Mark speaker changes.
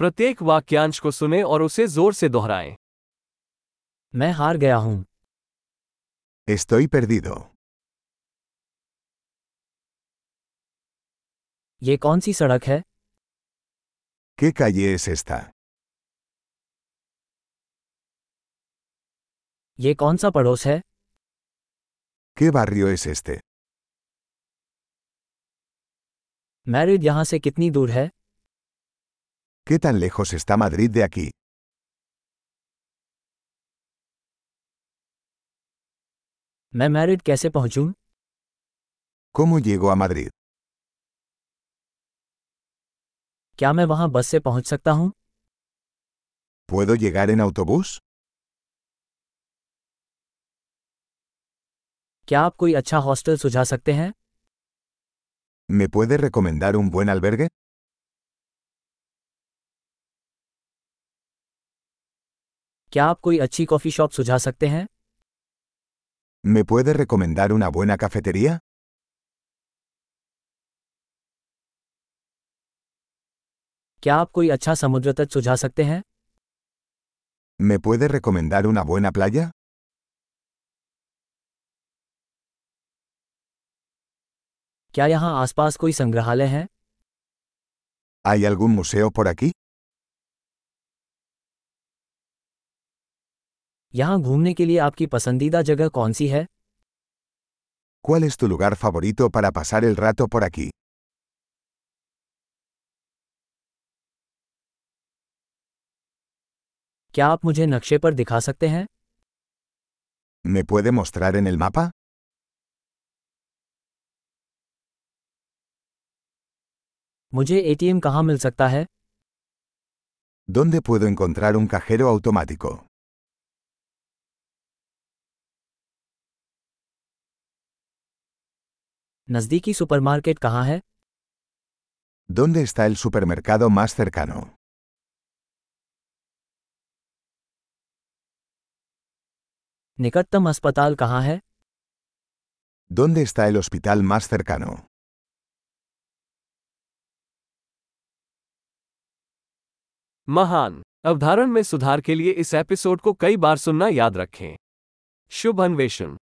Speaker 1: प्रत्येक वाक्यांश को सुने और उसे जोर से दोहराएं
Speaker 2: मैं हार गया हूँ
Speaker 3: Estoy perdido.
Speaker 2: ये कौन सी सड़क है
Speaker 3: ¿Qué calle es esta?
Speaker 2: ये कौन सा पड़ोस है
Speaker 3: ¿Qué barrio es este?
Speaker 2: Married यहाँ से कितनी दूर है
Speaker 3: ¿Qué tan lejos está Madrid de aquí?
Speaker 2: मैं मैरिड कैसे पहुँचूँ
Speaker 3: ¿Cómo llego a Madrid?
Speaker 2: क्या मैं वहाँ बस से पहुँच सकता हूँ
Speaker 3: ¿Puedo llegar en autobús?
Speaker 2: क्या आप कोई अच्छा हॉस्टल सुझा सकते हैं
Speaker 3: ¿Me puede recomendar un buen albergue?
Speaker 2: क्या आप कोई अच्छी कॉफ़ी शॉप सुझा सकते हैं
Speaker 3: ¿Me puede recomendar una buena cafetería?
Speaker 2: क्या आप कोई अच्छा समुद्र तट सुझा सकते हैं
Speaker 3: ¿Me puede recomendar una buena playa?
Speaker 2: क्या यहाँ आसपास कोई संग्रहालय है
Speaker 3: ¿Hay algún museo por aquí?
Speaker 2: यहाँ घूमने के लिए आपकी पसंदीदा जगह कौन सी है
Speaker 3: ¿Cuál es tu lugar favorito para pasar el rato por aquí?
Speaker 2: क्या आप मुझे नक्शे पर दिखा सकते हैं
Speaker 3: ¿Me puede mostrar en el mapa?
Speaker 2: मुझे एटीएम कहाँ मिल सकता है
Speaker 3: ¿Dónde puedo encontrar un cajero automático?
Speaker 2: नज़दीकी सुपरमार्केट कहाँ है
Speaker 3: ¿Dónde está el supermercado más cercano?
Speaker 2: निकटतम अस्पताल कहाँ है
Speaker 3: ¿Dónde está el hospital más cercano?
Speaker 1: महान अवधारण में सुधार के लिए इस एपिसोड को कई बार सुनना याद रखें शुभ अन्वेषण